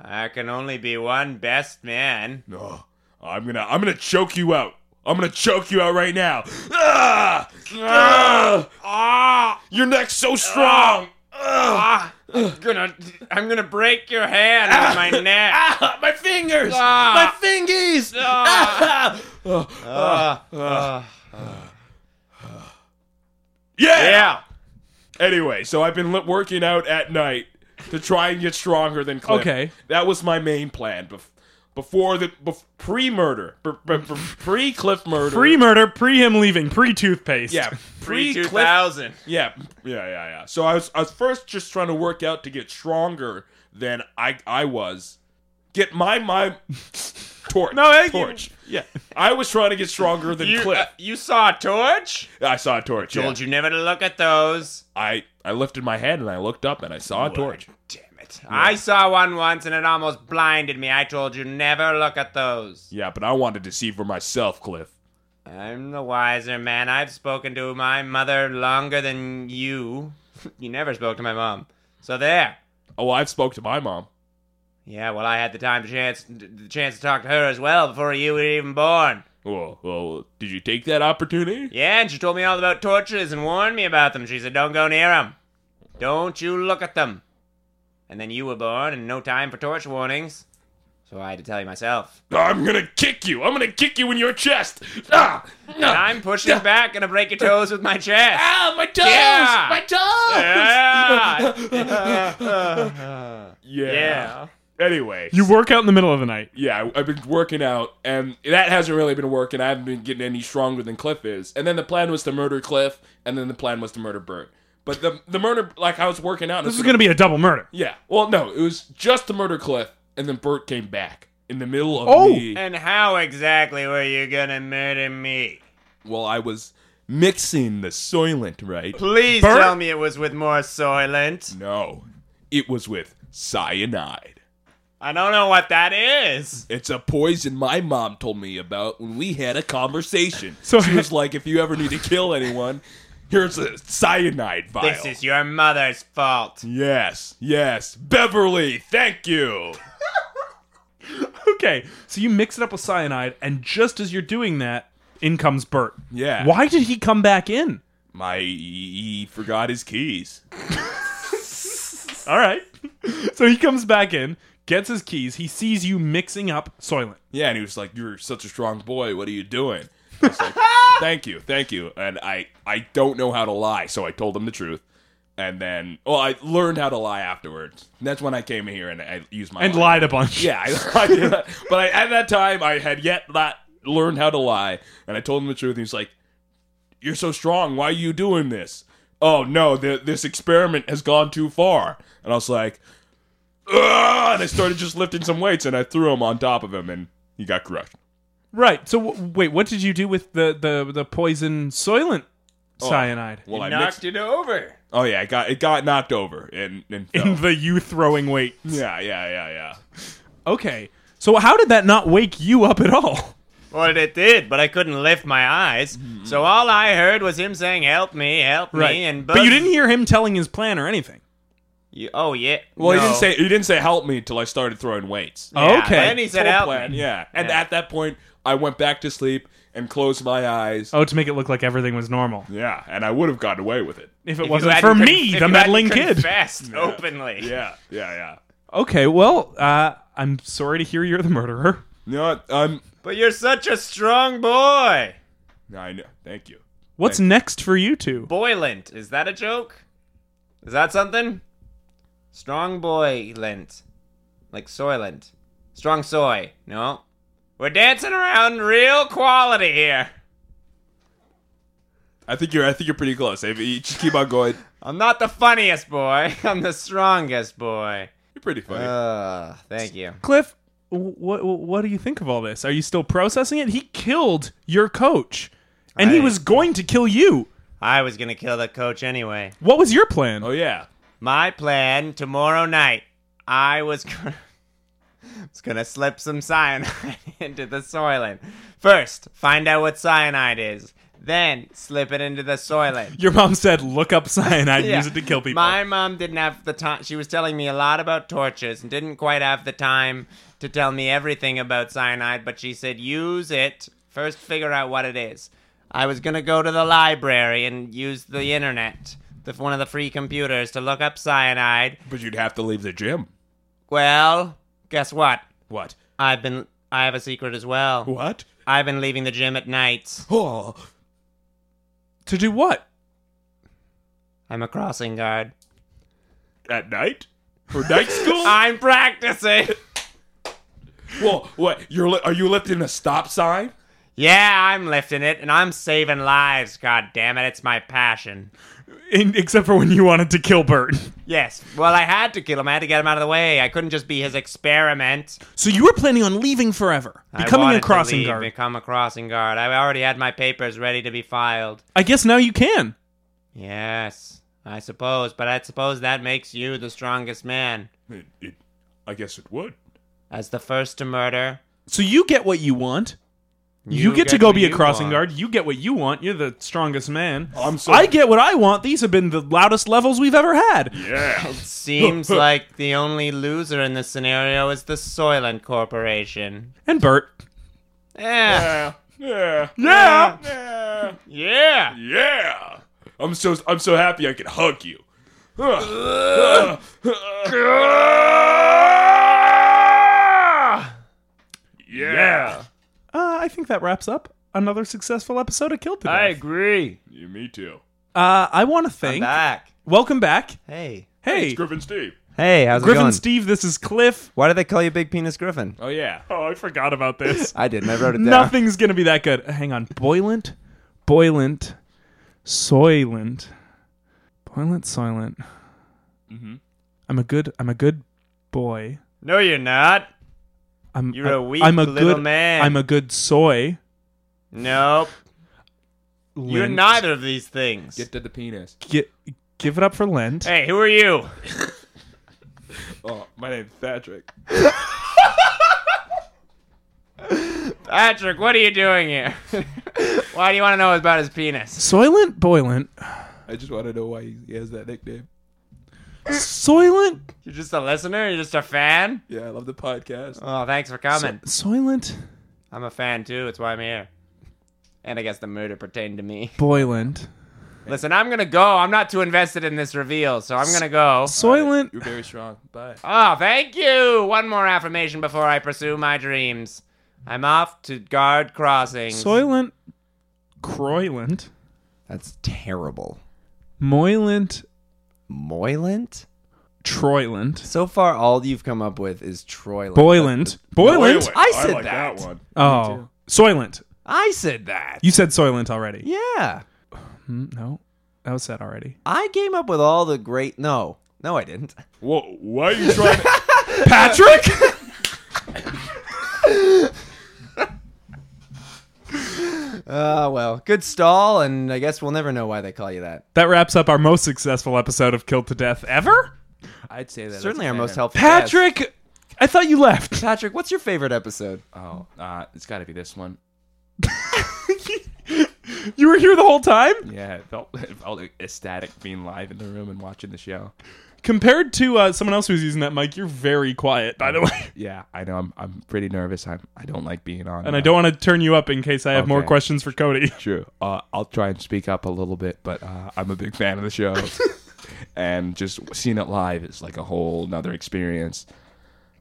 I can only be one best man. No, I'm gonna, I'm gonna choke you out. I'm gonna choke you out right now. Ah! Ah! Ah! Your neck's so strong. Ah! Gonna, I'm gonna break your hand on my neck. Ah! My fingers. Ah! My fingies. Ah! Ah! Ah, Yeah. yeah. Anyway, so I've been li- working out at night to try and get stronger than Cliff. Okay. That was my main plan bef- before the bef- pre-murder, pre-Cliff murder, Pre murder, pre him leaving, pre toothpaste. yeah, Pre two pre-Cliff thousand. yeah, yeah, yeah, yeah. So I was, I was first just trying to work out to get stronger than I, I was. Get my my torch. No, I- torch. Yeah, I was trying to get stronger than You uh, Cliff. you saw a torch? I saw a torch. yeah. Told you never to look at those. I, I lifted my head and I looked up and I saw a torch. Damn it! I saw one once and it almost blinded me. I told you never look at those. Yeah, but I wanted to see for myself, Cliff. I'm the wiser man. I've spoken to my mother longer than you. you never spoke to my mom. So there. Oh, I've spoke to my mom. Yeah, well, I had the time to chance the chance to talk to her as well before you were even born. Well, well, did you take that opportunity? Yeah, and she told me all about torches and warned me about them. She said, "Don't go near them. Don't you look at them." And then you were born, and no time for torch warnings. So I had to tell you myself. I'm gonna kick you. I'm gonna kick you in your chest. Ah, And I'm pushing back, gonna break your toes with my chest. ah my toes, Yeah. my toes. Yeah. Yeah. yeah. Anyway, You work out in the middle of the night. yeah, I- I've been working out, and that hasn't really been working. I haven't been getting any stronger than Cliff is. And then the plan was to murder Cliff, and then the plan was to murder Bert. But the the murder, like I was working out. This is going to be a double murder. Yeah. Well, no, it was just to murder Cliff, and then Bert came back in the middle of Oh! me. And how exactly were you gonna murder me? Well, I was mixing the Soylent, right? Please Bert? tell me it was with more Soylent. No, it was with cyanide. I don't know what that is. It's a poison my mom told me about when we had a conversation. So- she was like, "If you ever need to kill anyone, here's a cyanide vial." This is your mother's fault. yes, yes, Beverly. Thank you. Okay, so you mix it up with cyanide, and just as you're doing that, in comes Bert. Yeah. Why did he come back in? My he forgot his keys. All right. so he comes back in, gets his keys, he sees you mixing up Soylent. Yeah, and he was like, "You're such a strong boy. What are you doing?" I was like, "Thank you, thank you." And I, I don't know how to lie, so I told him the truth. And then, well, I learned how to lie afterwards. And that's when I came here and I used my And lie. lied a bunch. Yeah, I, I did that. but I, at that time, I had yet not learned how to lie, and I told him the truth. And he's like, "You're so strong. Why are you doing this?" Oh no, th this experiment has gone too far. And I was like, Ugh! and I started just lifting some weights, and I threw him on top of him, and he got crushed. Right. So w- wait, what did you do with the the the poison Soylent cyanide? Well, I mixed. Knocked it over. Oh yeah, it got it got knocked over, and and fell. In the you throwing weight. yeah, yeah, yeah, yeah. Okay. So how did that not wake you up at all? Well, it did, but I couldn't lift my eyes. So all I heard was him saying, "Help me, help me!" And but you didn't hear him telling his plan or anything. You- oh yeah. Well, he no. didn't say he didn't say help me until I started throwing weights. Yeah, okay. Then he said, Full "Help plan, me." Yeah. And Yeah. at that point, I went back to sleep and closed my eyes. Oh, to make it look like everything was normal. Yeah, and I would have gotten away with it. If it If you wasn't hadn't for con- me, if the you hadn't meddling kid. confessed openly. Yeah, yeah, yeah. Okay, well, uh, I'm sorry to hear you're the murderer. You know what? I'm. But you're such a strong boy. I know. Thank you. What's next for you two? Boylent, is that a joke? Is that something? Strong boy lent, like soylent, strong soy. No, we're dancing around real quality here. I think you're. I think you're pretty close. If you just keep on going, I'm not the funniest boy. I'm the strongest boy. you're pretty funny. Uh, thank you. Cliff, what what do you think of all this? Are you still processing it? He killed your coach, and he I- was going to kill you. I was gonna kill the coach anyway. What was your plan? oh yeah. My plan tomorrow night, I was gonna, was gonna slip some cyanide into the soylent. First, find out what cyanide is. Then slip it into the soylent. Your mom said, "Look up cyanide, Yeah. use it to kill people." My mom didn't have the time. She was telling me a lot about torches and didn't quite have the time to tell me everything about cyanide, but she said, use it. First, figure out what it is. I was going to go to the library and use the internet, the, one of the free computers, to look up cyanide. But you'd have to leave the gym. Well, guess what? What? I've been. I have a secret as well. What? I've been leaving the gym at nights. Oh. to do what? I'm a crossing guard. At night? For night school? I'm practicing. Well, what? You're li- are you lifting a stop sign? Yeah, I'm lifting it, and I'm saving lives. God damn it, it's my passion. In, except for when you wanted to kill Bert. Yes. Well, I had to kill him. I had to get him out of the way. I couldn't just be his experiment. So you were planning on leaving forever, I becoming wanted a crossing to leave, guard. Become a crossing guard. I already had my papers ready to be filed. I guess now you can. Yes, I suppose. But I suppose that makes you the strongest man, It, it, I guess it would. as the first to murder. So you get what you want. You, get, to go what be a you crossing want. guard. You get what you want. You're the strongest man. I'm so- I get what I want. These have been the loudest levels we've ever had. Yeah. Seems like the only loser in this scenario is the Soylent Corporation. Eh. And Bert. Yeah. yeah. Yeah. Yeah. Yeah. Yeah. Yeah. I'm so I'm so happy I could hug you. yeah. Uh, I think that wraps up another successful episode of Kill to Death. agree. yeah. Me too. Uh, I want to thank. Back. Welcome back. Hey. Hey, It's Griffin Steve. Hey, how's it Griffin going? Steve, this is Cliff. Why do they call you Big Penis Griffin? Oh yeah. Oh, I forgot about this. I didn't. I wrote it down. Nothing's going to be that good. Hang on. Boilent, Boilent, Soylent. Boilent, Soylent. Mm-hmm. I'm a good I'm a good boy. No, you're not. I'm You're a I'm- weak I'm a little good, man. I'm a good soy. Nope. You're Lent. neither of these things. Get to the penis. Gi- give it up for Lent. Hey, who are you? Oh, my name's Patrick. Patrick, what are you doing here? Why do you want to know about his penis? Soylent Boilent. I just want to know why he he has that nickname. Soylent You're just a listener? You're just a fan? Yeah, I love the podcast. Oh, thanks for coming. Soylent I'm a fan too. It's why I'm here. And I guess the murder pertained to me. Boilent. Listen, I'm gonna go. I'm not too invested in this reveal, so I'm gonna go. Soylent You're very strong. Bye. Oh, thank you. One more affirmation before I pursue my dreams. I'm off to guard crossings. Soylent Croylent. That's terrible. Moylent Moylent? Troylent. So far, all you've come up with is Troylent. Boylent. Boylent. Boylent. I said like that. that one. Oh. Soylent. I said that. You said Soylent already. Yeah. Mm, no. That was said already. I came up with all the great. No. No, I didn't. Whoa, why are you trying to Patrick? Uh, well, good stall, and I guess we'll never know why they call you that. that wraps up our most successful episode of Killed to Death ever. I'd say that. Certainly our most helpful. guest. Patrick, I thought you left. Patrick, what's your favorite episode? Oh, uh, it's got to be this one. You were here the whole time? Yeah, it felt it felt ecstatic being live in the room and watching the show. Compared to uh, someone else who's using that mic, you're very quiet, by the way. Yeah, I know. I'm I'm pretty nervous. I'm I don't like being on. And I uh, don't want to turn you up in case I have more Okay. questions for Cody. True. Uh, I'll try and speak up a little bit, but uh, I'm a big fan of the show, and just seeing it live is like a whole nother experience.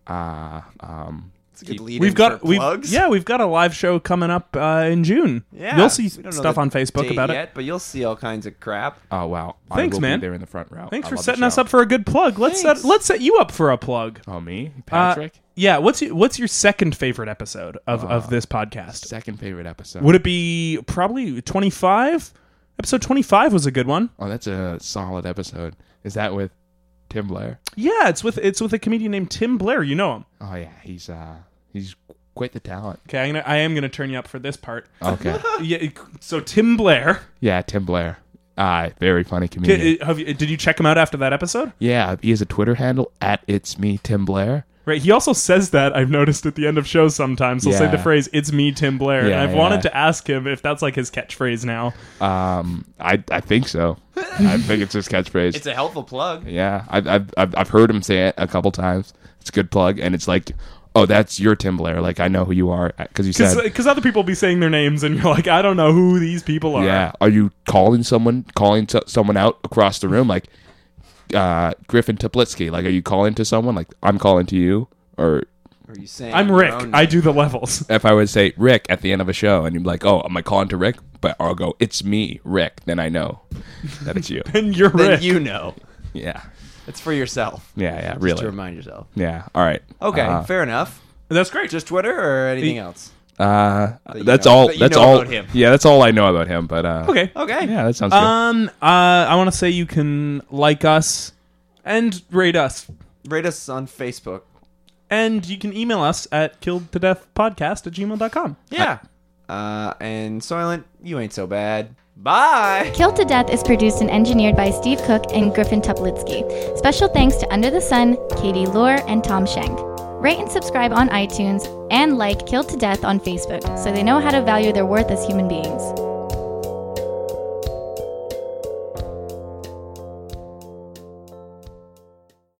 Uh, um, It's a good lead. We've got we've, yeah, we've got a live show coming up uh, in June. Yeah. You'll see We don't know stuff the on Facebook date about it. yet, but you'll see all kinds of crap. oh wow! Thanks, I will man. Be there in the front row. Thanks I for love the setting us show. up for a good plug. Let's set, Thanks. let's set you up for a plug. Oh me, Uh, Patrick. yeah, what's y- what's your second favorite episode of, of this podcast? Second favorite episode. Would it be probably 25? Episode 25 was a good one. oh, that's a solid episode. Is that with Tim Blair? Yeah, it's with it's with a comedian named Tim Blair. You know him. Oh yeah, he's uh he's quite the talent. Okay, I'm gonna, I am going to turn you up for this part. Okay. yeah, it- so Tim Blair, yeah, Tim Blair. Uh, very funny comedian. did, have you, did you check him out after that episode? yeah, he has a Twitter handle at it's me Tim Blair. Right. He also says that I've noticed at the end of shows sometimes he'll say Yeah. the phrase "It's me, Tim Blair," and Yeah, I've wanted yeah. to ask him if that's like his catchphrase now. Um, I I think so. I think it's his catchphrase. It's a helpful plug. yeah, I've, I've I've I've heard him say it a couple times. It's a good plug, and it's like, oh, that's your Tim Blair. Like I know who you are because you said. Because uh, other people be saying their names, and you're like, I don't know who these people are. yeah, are you calling someone calling so- someone out across the room like uh, Griffin Toplitsky? Like, are you calling to someone? Like I'm calling to you, or Are you saying I'm your Rick. own- I do the levels. if I would say Rick at the end of a show, and you'd be like, "Oh, am I calling to Rick?" But I'll go, "It's me, Rick." Then I know that it's you. And you're then Rick. you know. yeah, It's for yourself. yeah, yeah, To really. remind yourself. Yeah. All right. Okay, Uh, fair enough. That's great. Just Twitter or anything else? Uh, you that's know- all. that you that's know all. about him. Yeah, that's all I know about him. But uh, okay. Okay. yeah, that sounds Um, uh, I want to say you can like us and rate us, Rate us on Facebook. and you can email us at killedtodeathpodcast at gmail.com. Yeah. Uh, and Soylent, you ain't so bad. Bye. Killed to Death is produced and engineered by Steve Cook and Griffin Tuplitsky. Special thanks to Under the Sun, Katie Lohr, and Tom Schenk. Rate and subscribe on iTunes and like Killed to Death on Facebook so they know how to value their worth as human beings.